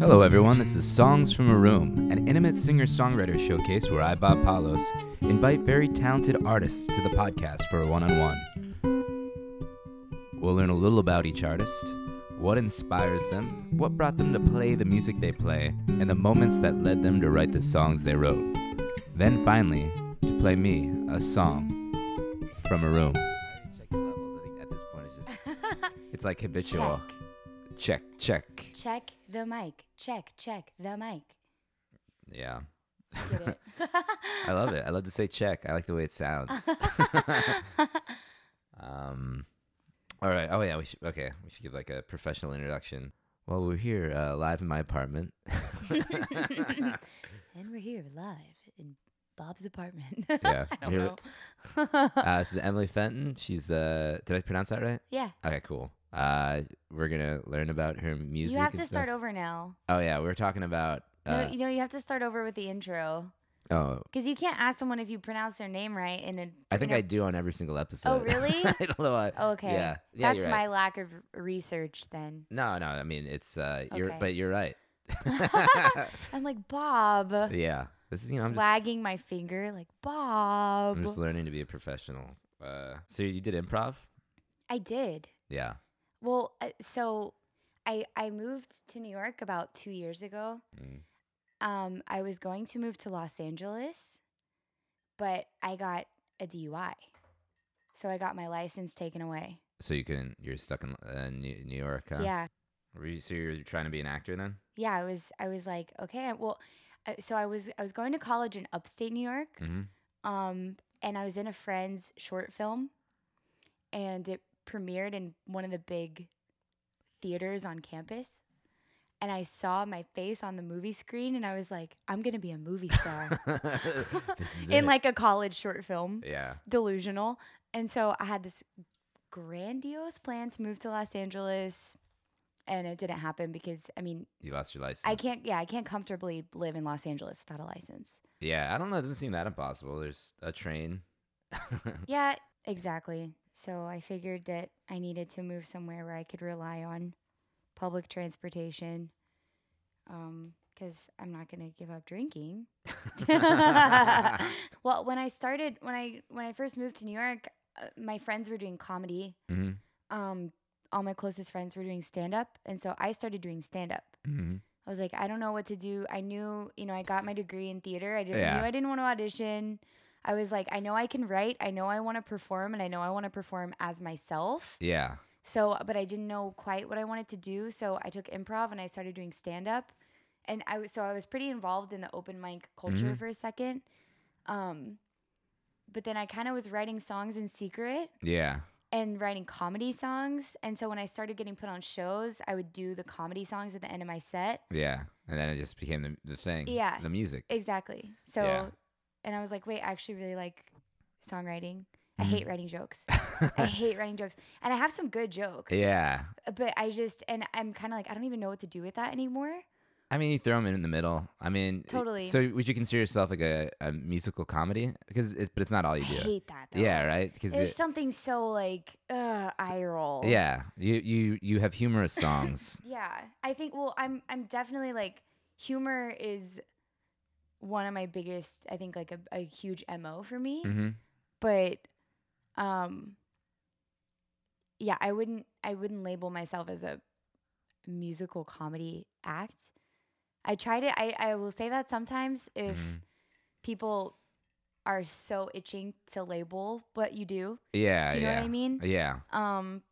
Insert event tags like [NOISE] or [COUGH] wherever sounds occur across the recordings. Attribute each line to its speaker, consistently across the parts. Speaker 1: Hello, everyone. This is Songs from a Room, an intimate singer songwriter showcase where I, Bob Palos, invite very talented artists to the podcast for a one on one. We'll learn a little about each artist, what inspires them, what brought them to play the music they play, and the moments that led them to write the songs they wrote. Then finally, to play me a song from a room. At this point, it's, [LAUGHS] it's like habitual. Check, check.
Speaker 2: Check the mic. Check, check the mic.
Speaker 1: Yeah.
Speaker 2: Get it?
Speaker 1: [LAUGHS] I love it. I love to say check. I like the way it
Speaker 2: [LAUGHS]
Speaker 1: sounds. um, all right. Oh yeah. We should, okay. We should give like a professional introduction. Well, we're here uh, live in my
Speaker 2: [LAUGHS]
Speaker 1: apartment. [LAUGHS]
Speaker 2: and we're here live in Bob's apartment. [LAUGHS]
Speaker 1: Yeah,
Speaker 2: I don't
Speaker 1: here-
Speaker 2: know.
Speaker 1: uh, this is Emily Fenton. She's uh, did I pronounce that right?
Speaker 2: [LAUGHS] yeah.
Speaker 1: Okay, cool. Uh, we're gonna learn about her music.
Speaker 2: You have
Speaker 1: and
Speaker 2: to start
Speaker 1: stuff.
Speaker 2: over now.
Speaker 1: Oh yeah, we were talking about.
Speaker 2: No,
Speaker 1: Uh,
Speaker 2: you know, you have to start over with the intro.
Speaker 1: oh,
Speaker 2: Because you can't ask someone if you pronounce their name right in a.
Speaker 1: I think
Speaker 2: in a-
Speaker 1: I do on every single episode.
Speaker 2: Oh,
Speaker 1: [LAUGHS]
Speaker 2: really?
Speaker 1: I don't know why.
Speaker 2: Oh, okay.
Speaker 1: Yeah. yeah
Speaker 2: That's
Speaker 1: you're right.
Speaker 2: my lack of research then.
Speaker 1: [LAUGHS]
Speaker 2: [LAUGHS]
Speaker 1: No, no. I mean, it's uh, you're,
Speaker 2: Okay.
Speaker 1: but you're
Speaker 2: [LAUGHS]
Speaker 1: right. [LAUGHS]
Speaker 2: I'm like, Bob.
Speaker 1: yeah. This is you know I'm just
Speaker 2: wagging my finger, like, Bob.
Speaker 1: I'm just learning to be a professional. Uh, so you did improv?
Speaker 2: I did.
Speaker 1: Yeah.
Speaker 2: Well, uh, so I I moved to New York about two years ago.
Speaker 1: Mm.
Speaker 2: Um, I was going to move to Los Angeles, but I got a DUI, so I got my license taken away.
Speaker 1: So you can you're stuck in uh, New, New York? Huh?
Speaker 2: Yeah,
Speaker 1: Were you, so you're trying to be an actor then?
Speaker 2: yeah. I was I was like, okay, I- well, uh, so I was I was going to college in upstate New York, [LAUGHS]
Speaker 1: Mm-hmm. [LAUGHS]
Speaker 2: um, and I was in a friend's short film, and it premiered in one of the big theaters on campus. And I saw my face on the movie screen, and I was like, "I'm gonna be a
Speaker 1: [LAUGHS]
Speaker 2: movie star
Speaker 1: this is it.
Speaker 2: in like a college short film."
Speaker 1: yeah.
Speaker 2: Delusional. And so I had this grandiose plan to move to Los Angeles, and it didn't happen because I mean,
Speaker 1: You lost your license.
Speaker 2: I can't. Yeah, I can't comfortably live in Los Angeles without a license.
Speaker 1: Yeah, I don't know. It doesn't seem that impossible. There's a
Speaker 2: [LAUGHS]
Speaker 1: train. [LAUGHS]
Speaker 2: Yeah, exactly. So I figured that I needed to move somewhere where I could rely on public transportation because I'm not going to give up drinking. [LAUGHS]
Speaker 1: Mm-hmm,
Speaker 2: well, when I started, when I when I first moved to New York, uh, my friends were doing comedy.
Speaker 1: hmm
Speaker 2: Um, all my closest friends were doing stand up, and so I started doing stand up.
Speaker 1: hmm
Speaker 2: I was like, I don't know what to do. I knew, you know, I got my degree in theater. I didn't
Speaker 1: Yeah.
Speaker 2: I knew I didn't want to audition. I was like, I know I can write. I know I want to perform, and I know I want to perform as myself.
Speaker 1: Yeah.
Speaker 2: So, but I didn't know quite what I wanted to do. So I took improv and I started doing stand up, and I was so I was pretty involved in the open mic culture
Speaker 1: Mhm.
Speaker 2: for a second. Um, but then I kind of was writing songs in secret
Speaker 1: Yeah.
Speaker 2: and writing comedy songs. And so when I started getting put on shows, I would do the comedy songs at the end of my set.
Speaker 1: Yeah. And then it just became the, the thing.
Speaker 2: Yeah.
Speaker 1: The music. [LAUGHS]
Speaker 2: Exactly. So,
Speaker 1: Yeah.
Speaker 2: and I was like, wait, I actually really like songwriting. I
Speaker 1: Mhm.
Speaker 2: hate writing jokes.
Speaker 1: [LAUGHS]
Speaker 2: I hate writing jokes. And I have some good jokes.
Speaker 1: yeah.
Speaker 2: But I just, and I'm kind of like, I don't even know what to do with that anymore.
Speaker 1: I mean, you throw them in the middle. I mean, i-
Speaker 2: Totally.
Speaker 1: So, would you consider yourself like a, a musical comedy? Because, it's, but it's not all you
Speaker 2: I
Speaker 1: do.
Speaker 2: hate that though.
Speaker 1: Yeah, right.
Speaker 2: There's
Speaker 1: Because
Speaker 2: something so like, uh, eye roll.
Speaker 1: yeah, you you you have humorous
Speaker 2: [LAUGHS]
Speaker 1: songs.
Speaker 2: Yeah. I think, well, I'm, I'm definitely like, humor is one of my biggest, I think like a, a huge MO for me.
Speaker 1: hmm
Speaker 2: but um yeah i wouldn't i wouldn't label myself as a musical comedy act i try to i, I will say that sometimes if
Speaker 1: Mhm.
Speaker 2: people are so itching to label what you do
Speaker 1: Yeah,
Speaker 2: do you
Speaker 1: Uh, yeah,
Speaker 2: know what i mean
Speaker 1: yeah.
Speaker 2: um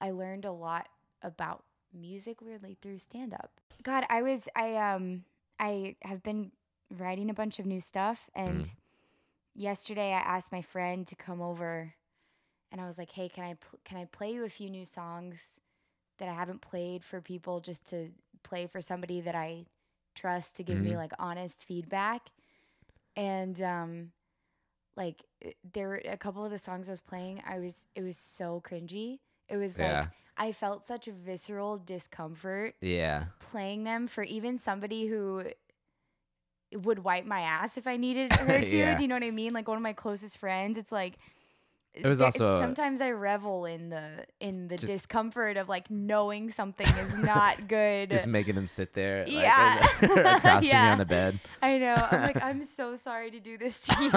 Speaker 2: i learned a lot about music weirdly through stand up god i was i um i have been writing a bunch of new stuff and yesterday i asked my friend to come over and i was like hey can i pl- can i play you a few new songs that i haven't played for people just to play for somebody that i trust to give me
Speaker 1: Mhm.
Speaker 2: like honest feedback and um like it- there were a couple of the songs I was playing, I was it was so cringy. It was
Speaker 1: Yeah.
Speaker 2: like I felt such visceral discomfort [LAUGHS]
Speaker 1: Yeah.
Speaker 2: playing them for even somebody who would wipe my ass if I needed her to.
Speaker 1: Yeah. [LAUGHS]
Speaker 2: Do you know what I mean? Like one of my closest friends, it's like
Speaker 1: It was also-
Speaker 2: sometimes I revel in the in the
Speaker 1: Just-
Speaker 2: discomfort of like knowing something is
Speaker 1: [LAUGHS]
Speaker 2: not good.
Speaker 1: Just making them sit there, like, [LAUGHS]
Speaker 2: [LAUGHS] Yeah.
Speaker 1: across from you
Speaker 2: Yeah.
Speaker 1: on the bed.
Speaker 2: I know. I'm
Speaker 1: [LAUGHS]
Speaker 2: like, I'm so sorry to [LAUGHS] do this to you.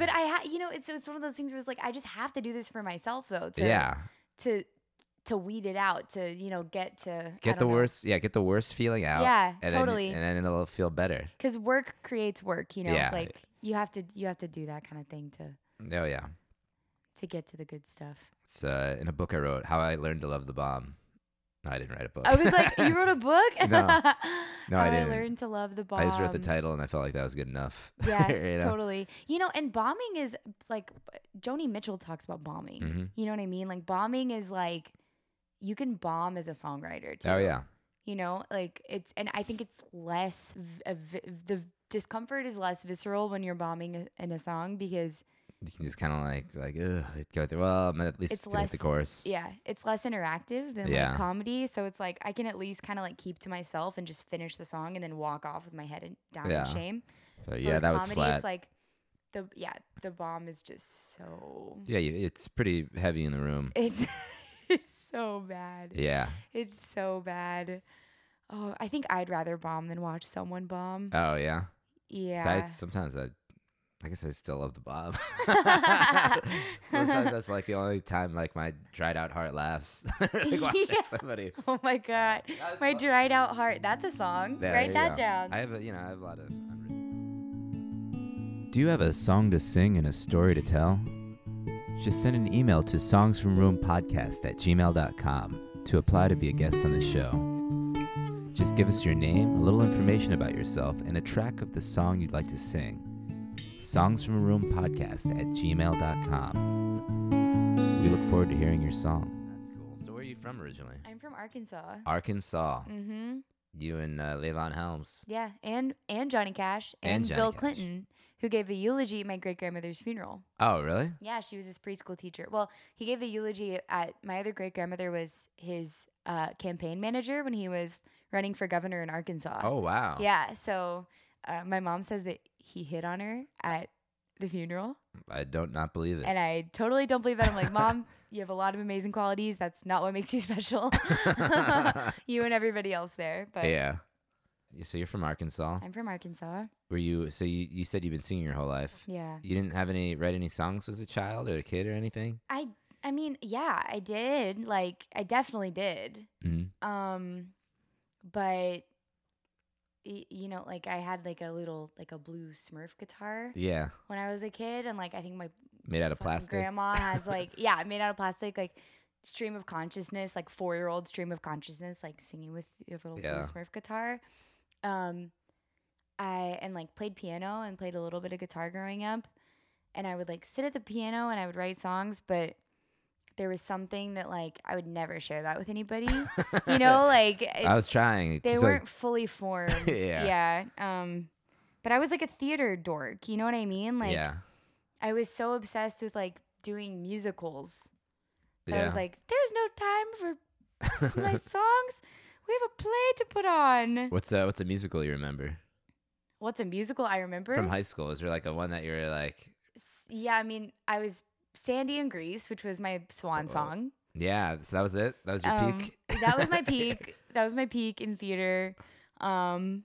Speaker 2: but I, ha- you know, it's it's one of those things where it's like I just have to do this for myself though. To,
Speaker 1: yeah,
Speaker 2: To to weed it out. To you know get to I
Speaker 1: get the
Speaker 2: don't know.
Speaker 1: worst. Yeah, get the worst feeling out.
Speaker 2: Yeah,
Speaker 1: and
Speaker 2: totally.
Speaker 1: Then, and then it'll feel better.
Speaker 2: Because work creates work. You know,
Speaker 1: Yeah.
Speaker 2: like you have to you have to do that kind of thing to
Speaker 1: Oh yeah.
Speaker 2: to get to the good stuff.
Speaker 1: It's uh, in a book I wrote, How I Learned to Love the Bomb. No, I didn't write a book.
Speaker 2: I was like, you wrote a book? [LAUGHS]
Speaker 1: No. No,
Speaker 2: How
Speaker 1: didn't.
Speaker 2: I learned to love the
Speaker 1: [LAUGHS]
Speaker 2: bomb.
Speaker 1: I just wrote the title and I felt like that was good enough. [LAUGHS]
Speaker 2: Yeah,
Speaker 1: You know?
Speaker 2: totally. You know, and bombing is like Joni Mitchell talks about bombing.
Speaker 1: Mhm.
Speaker 2: You know what I mean? Like bombing is like you can bomb as a songwriter too.
Speaker 1: Oh yeah.
Speaker 2: You know, like it's and I think it's less v- a v- the discomfort is less visceral when you're bombing a- in a song because
Speaker 1: You can just kind of like like ugh, it go through. Well, I'm at least
Speaker 2: It's
Speaker 1: it's less, the
Speaker 2: less-
Speaker 1: course.
Speaker 2: yeah, it's less interactive than
Speaker 1: Yeah.
Speaker 2: like comedy. So it's like I can at least kind of like keep to myself and just finish the song and then walk off with my head in, down
Speaker 1: Yeah.
Speaker 2: in shame.
Speaker 1: So,
Speaker 2: But
Speaker 1: yeah,
Speaker 2: with
Speaker 1: that was
Speaker 2: comedy,
Speaker 1: flat.
Speaker 2: It's like the yeah, the bomb is just so
Speaker 1: yeah, you, it's pretty heavy in the room.
Speaker 2: It's [LAUGHS] it's so bad.
Speaker 1: Yeah.
Speaker 2: It's so bad. Oh, I think I'd rather bomb than watch someone bomb.
Speaker 1: Oh yeah. So I,
Speaker 2: yeah.
Speaker 1: sometimes I, I guess I still love the
Speaker 2: [LAUGHS]
Speaker 1: Bob. [LAUGHS] sometimes that's like the only time like my dried out heart laughs. [LAUGHS] like watching
Speaker 2: [LAUGHS] Yeah.
Speaker 1: somebody.
Speaker 2: oh my god.
Speaker 1: That's
Speaker 2: My
Speaker 1: fun.
Speaker 2: dried out heart. That's a song.
Speaker 1: There
Speaker 2: Write
Speaker 1: you
Speaker 2: that
Speaker 1: go.
Speaker 2: down.
Speaker 1: I have, a, you know, I have a lot of. Unwritten Do you have a song to sing and a story to tell? Just send an email to songsfromroompodcast at gmail.com to apply to be a guest on the show. Just give us your name, a little information about yourself, and a track of the song you'd like to sing. Songsfromroompodcast at gmail.com. We look forward to hearing your song. That's cool. So, where are you from originally?
Speaker 2: I'm from Arkansas.
Speaker 1: Arkansas.
Speaker 2: mm-hmm.
Speaker 1: You and uh, Levon Helms.
Speaker 2: Yeah, and and Johnny Cash
Speaker 1: And
Speaker 2: and,
Speaker 1: Johnny
Speaker 2: Bill
Speaker 1: Cash.
Speaker 2: Clinton, who gave the eulogy at my great grandmother's funeral.
Speaker 1: Oh, really?
Speaker 2: Yeah, she was his preschool teacher. Well, he gave the eulogy at my other great grandmother was his uh, campaign manager when he was running for governor in Arkansas.
Speaker 1: Oh wow.
Speaker 2: Uh, Yeah. So uh, my mom says that he hit on her at the funeral,
Speaker 1: I don't not believe it. [LAUGHS]
Speaker 2: and [LAUGHS] I totally don't believe that. I'm like, Mom, you have a lot of amazing qualities. That's not what makes you special. [LAUGHS] you and everybody else there. But
Speaker 1: yeah. Y- So you're from Arkansas.
Speaker 2: I'm from Arkansas.
Speaker 1: Were you so you, you said you've been singing your whole
Speaker 2: [LAUGHS]
Speaker 1: life.
Speaker 2: Yeah.
Speaker 1: You didn't have any write any songs as a child or a kid or
Speaker 2: [LAUGHS]
Speaker 1: anything?
Speaker 2: I I mean, yeah, I did. Like, I definitely did.
Speaker 1: Mhm.
Speaker 2: Um, but. y- You know, like I had like a little like a blue Smurf guitar
Speaker 1: Yeah.
Speaker 2: when I was a kid, and like I think my
Speaker 1: Made out of
Speaker 2: fucking
Speaker 1: plastic. [LAUGHS]
Speaker 2: Grandma has like yeah, made out of plastic, like stream of consciousness, like four year old stream of consciousness, like singing with your little blue
Speaker 1: Yeah.
Speaker 2: Smurf guitar. Um, I and like played piano and played a little bit of guitar growing up, and I would like sit at the piano and I would write songs, but there was something that like I would never share that with anybody, you
Speaker 1: [LAUGHS]
Speaker 2: know, like it-
Speaker 1: I was trying.
Speaker 2: they
Speaker 1: so-
Speaker 2: weren't fully formed,
Speaker 1: [LAUGHS] Yeah.
Speaker 2: yeah. Um, but I was like a theater dork, you know what I mean? Like
Speaker 1: yeah.
Speaker 2: I was so obsessed with like doing musicals that
Speaker 1: Yeah.
Speaker 2: I was like, there's no
Speaker 1: [LAUGHS]
Speaker 2: time for my songs. We have a play to put on.
Speaker 1: what's a what's a musical you remember
Speaker 2: What's a musical I remember?
Speaker 1: from high school? Is there like a one that you were like,
Speaker 2: S- yeah, I mean, I was Sandy and Grease, which was my swan
Speaker 1: Oh,
Speaker 2: song.
Speaker 1: yeah, so that was it? That was your
Speaker 2: Um,
Speaker 1: peak?
Speaker 2: that
Speaker 1: [LAUGHS]
Speaker 2: was my peak. That was my peak in theater. Um,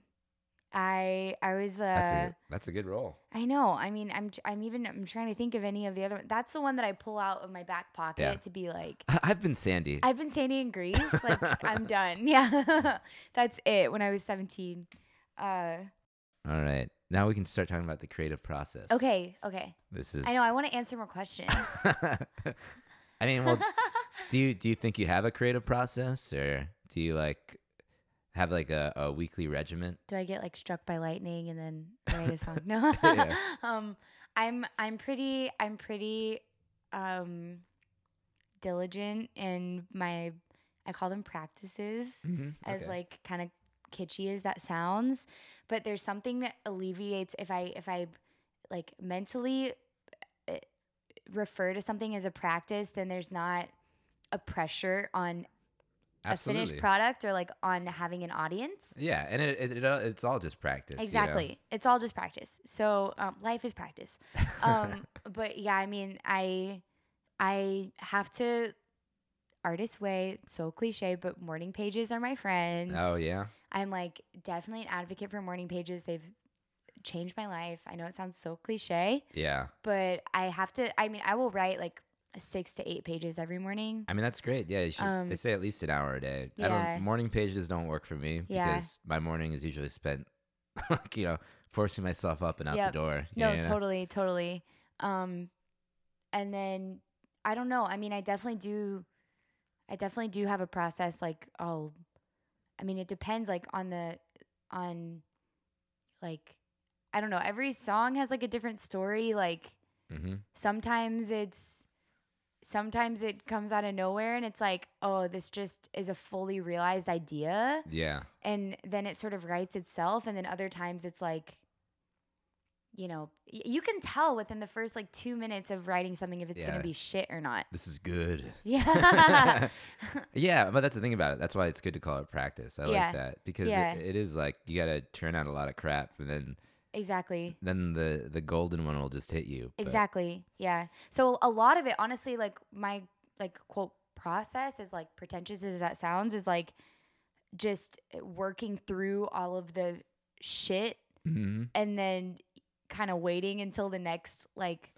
Speaker 2: I I was uh,
Speaker 1: that's a that's a good role.
Speaker 2: I know. I mean, I'm j- I'm even I'm trying to think of any of the other. one- That's the one that I pull out of my back pocket
Speaker 1: Yeah.
Speaker 2: to be like,
Speaker 1: I've been Sandy.
Speaker 2: I've been Sandy in Greece. Like
Speaker 1: [LAUGHS]
Speaker 2: I'm done. Yeah, [LAUGHS] that's it. When I was 17. Uh,
Speaker 1: All right. Now we can start talking about the creative process.
Speaker 2: okay, okay.
Speaker 1: This is
Speaker 2: I know. [LAUGHS] I want to answer more questions.
Speaker 1: [LAUGHS] I mean, [LAUGHS] well, do you do you think you have a creative process, or do you like have like a, a weekly regiment?
Speaker 2: [LAUGHS] Do I get like struck by lightning and then write a song? No.
Speaker 1: [LAUGHS] Yeah.
Speaker 2: [LAUGHS] um, I'm I'm pretty I'm pretty um, diligent in my I call them practices. as like kind of kitschy as that sounds but there's something that alleviates if i if i like mentally uh, refer to something as a practice then there's not a pressure on a finished product or like on having an audience
Speaker 1: Yeah, and it, it, it all- it's all just practice. you know?
Speaker 2: exactly
Speaker 1: [LAUGHS]
Speaker 2: it's all Um, just practice so um, life is practice um, but yeah i mean i I have to artist way, it's so cliche, but morning pages are my friends.
Speaker 1: Oh yeah.
Speaker 2: I'm like definitely an advocate for morning pages. They've changed my life. I know it sounds so cliche,
Speaker 1: Yeah.
Speaker 2: but I have to I mean, I will write like 6 to 8 pages every morning.
Speaker 1: I mean that's great. Yeah, you should,
Speaker 2: Um,
Speaker 1: they say at least an hour a day. I
Speaker 2: yeah.
Speaker 1: don't morning pages don't work for me
Speaker 2: Yeah.
Speaker 1: because my morning is usually spent [LAUGHS] like, you know, forcing myself up and out
Speaker 2: Yep.
Speaker 1: the door. you
Speaker 2: No,
Speaker 1: know?
Speaker 2: totally, totally. Um, and then I don't know. I mean, I definitely do. I definitely do have a process. Like, I'll. I mean, it depends. Like on the, on, like, I don't know. Every song has like a different story. Like
Speaker 1: Mhm.
Speaker 2: sometimes it's. Sometimes it comes out of nowhere and it's like, oh, this just is a fully realized idea
Speaker 1: Yeah.
Speaker 2: and then it sort of writes itself and then other times it's like you know y- you can tell within the first like two minutes of writing something if it's
Speaker 1: Yeah.
Speaker 2: gonna be shit or not [LAUGHS]
Speaker 1: This is good. [LAUGHS]
Speaker 2: yeah
Speaker 1: yeah, but that's the thing about it. That's why it's good to call it practice. I
Speaker 2: Yeah.
Speaker 1: like that because
Speaker 2: Yeah.
Speaker 1: it, it is like you got to turn out a lot of crap, and then
Speaker 2: exactly
Speaker 1: then the the golden one will just hit you. but-
Speaker 2: exactly yeah so a lot of it honestly like my like quote process is like pretentious as that sounds is like just eh, working through all of the shit
Speaker 1: Mhm.
Speaker 2: and then kind of waiting until the next like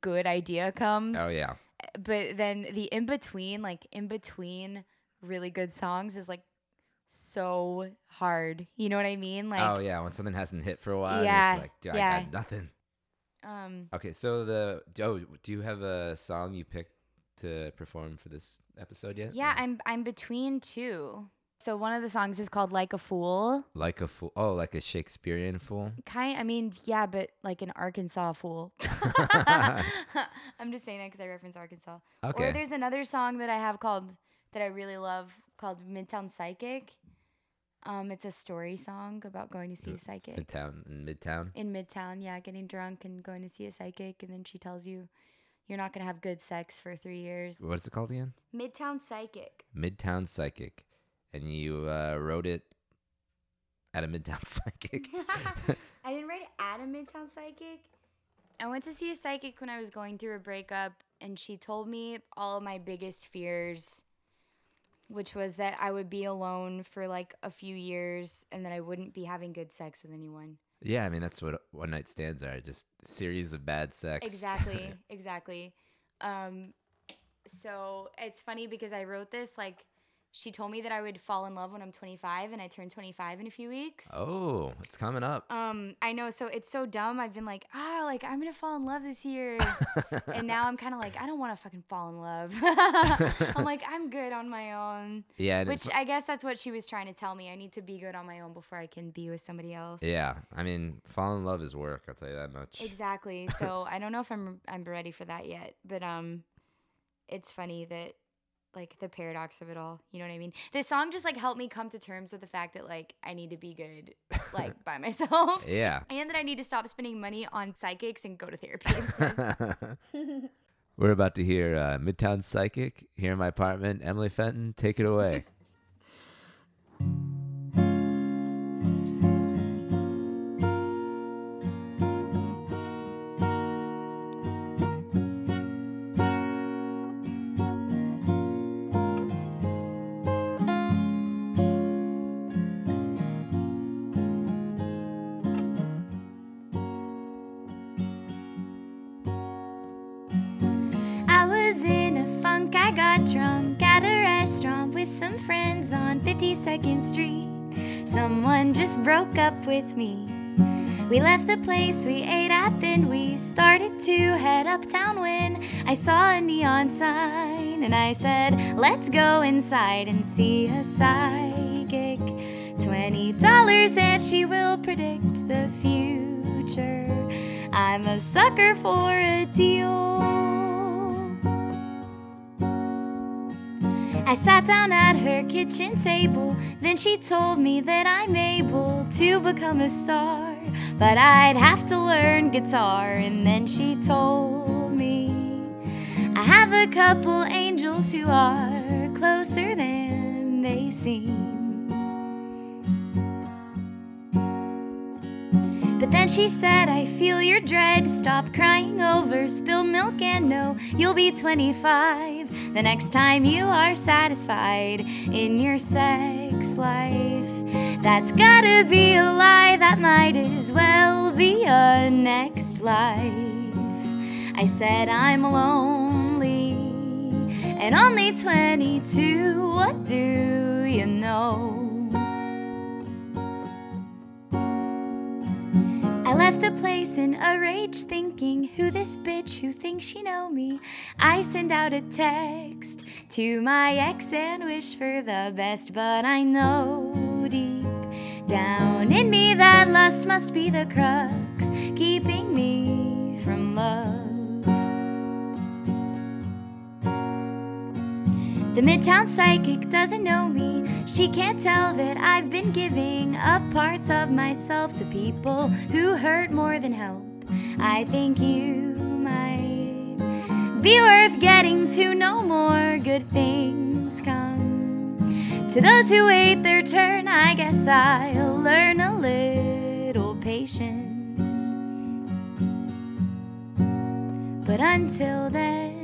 Speaker 2: good idea comes
Speaker 1: Oh yeah,
Speaker 2: but then the in between, like in between really good songs is like so hard. You know what I mean? Like
Speaker 1: oh yeah. When something hasn't hit for a while, yeah,
Speaker 2: Yeah,
Speaker 1: it's like, dude, I
Speaker 2: yeah.
Speaker 1: got nothing.
Speaker 2: um
Speaker 1: Okay, so the oh, do you have a song you picked to perform for this episode yet?
Speaker 2: yeah,
Speaker 1: Or-
Speaker 2: I'm I'm between two. So one of the songs is called Like a Fool.
Speaker 1: like a fool. Oh, like a Shakespearean fool.
Speaker 2: Kind I mean, yeah, but like an Arkansas fool. [LAUGHS] I'm just saying that cuz I reference Arkansas. Or
Speaker 1: Okay.
Speaker 2: there's another song that I have called that I really love called Midtown Psychic. Um it's a story song about going to see a psychic.
Speaker 1: Midtown in Midtown.
Speaker 2: in Midtown, yeah, getting drunk and going to see a psychic, and then she tells you you're not gonna have good sex for three years.
Speaker 1: What's it called again?
Speaker 2: Midtown psychic.
Speaker 1: Midtown Psychic, and you uh, wrote it at a Midtown [LAUGHS]
Speaker 2: [LAUGHS]
Speaker 1: Psychic.
Speaker 2: I didn't write it at a Midtown psychic. I went to see a psychic when I was going through a breakup, and she told me all of my biggest fears, which was that I would be alone for like a few years and that I wouldn't be having good sex with anyone.
Speaker 1: yeah, I mean that's what one night stands are just series of bad sex.
Speaker 2: Exactly, exactly. Um, so it's funny because I wrote this like she told me that I would fall in love when I'm 25, and I turn 25 in a few weeks.
Speaker 1: [LAUGHS] oh, it's coming up.
Speaker 2: Um, I know, so it's so dumb. I've been like, ah, like I'm gonna fall in love this year, [LAUGHS] and now I'm kind of like, I don't want to fucking fall in love. [LAUGHS] I'm like, I'm good on my own,
Speaker 1: yeah, [LAUGHS] and
Speaker 2: which
Speaker 1: it's,
Speaker 2: I guess that's what she was trying to tell me. I need to be good on my own before I can be with somebody else.
Speaker 1: yeah. I mean, fall in love is work. I'll tell you that much. [LAUGHS]
Speaker 2: Exactly. So I don't know if I'm I'm ready for that yet, but um, it's funny that like the paradox of it all. You know what I mean? This song just like helped me come to terms with the fact that like I need to be
Speaker 1: [LAUGHS]
Speaker 2: good like by myself,
Speaker 1: Yeah.
Speaker 2: and that I need to stop spending money on psychics and go to
Speaker 1: [LAUGHS]
Speaker 2: therapy. instead. [LAUGHS]
Speaker 1: We're about to hear uh, Midtown Psychic here in my apartment. Emily Fenton, take it away.
Speaker 2: I was in a funk, I got drunk at a restaurant with some friends on 52nd Street. Someone just broke up with me. We left the place we ate at, then we started to head uptown when I saw a neon sign and I said, Let's go inside and see a psychic. $20 and she will predict the future. I'm a sucker for a deal. I sat down at her kitchen table. Then she told me that I'm able to become a star, but I'd have to learn guitar. And then she told me I have a couple angels who are closer than they seem. But then she said, I feel your dread. Stop crying over spilled milk and know you'll be 25 the next time you are satisfied in your sex life. That's gotta be a lie, that might as well be a next life. I said I'm lonely and only 22. What do you know? I left the place in a rage, thinking, who this bitch who thinks she know me? I send out a text to my ex and wish for the best, but I know deep down in me that lust must be the crux keeping me from love. The Midtown psychic doesn't know me. She can't tell that I've been giving up parts of myself to people who hurt more than help. I think you might be worth getting to know more. Good things come to those who wait their turn. I guess I'll learn a little patience. But until then,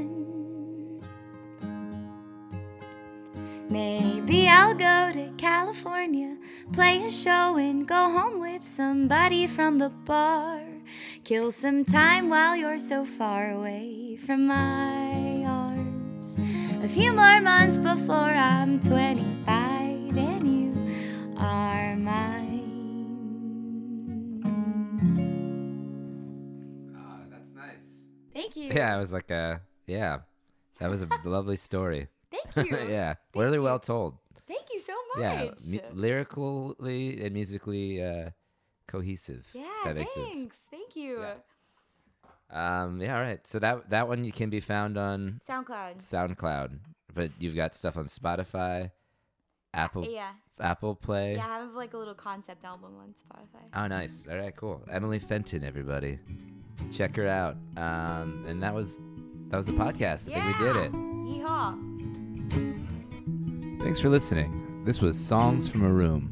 Speaker 2: Maybe I'll go to California, play a show, and go home with somebody from the bar. Kill some time while you're so far away from my arms. A few more months before I'm 25 and you are mine.
Speaker 1: Ah, that's nice.
Speaker 2: Thank you.
Speaker 1: Yeah, I was like, uh, yeah, that was a [LAUGHS] lovely story. [LAUGHS]
Speaker 3: Thank you.
Speaker 1: yeah, really well told.
Speaker 3: Thank you so
Speaker 1: Yeah,
Speaker 3: much.
Speaker 1: mu- lyrically and musically uh, cohesive. if
Speaker 3: Yeah,
Speaker 1: that makes
Speaker 3: thanks.
Speaker 1: sense.
Speaker 3: Thank you.
Speaker 1: Yeah. Um, yeah, all right. So that that one you can be found on
Speaker 3: SoundCloud.
Speaker 1: SoundCloud, but you've got stuff on Spotify, Apple
Speaker 3: Yeah.
Speaker 1: Apple Play.
Speaker 3: Yeah, I have like a little concept album on Spotify.
Speaker 1: Oh, nice. All right, cool. Emily Fenton, everybody, check her out. Um, and that was that was the podcast. I think we did it.
Speaker 3: Yeehaw.
Speaker 1: Thanks for listening. This was Songs from a Room.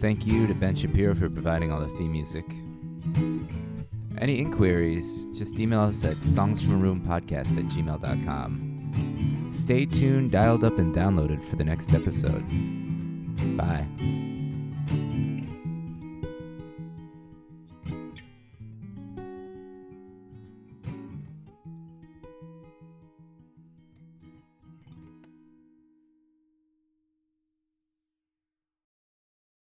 Speaker 1: Thank you to Ben Shapiro for providing all the theme music. Any inquiries, just email us at songsfromaroompodcast at gmail.com. Stay tuned, dialed up, and downloaded for the next episode. Bye.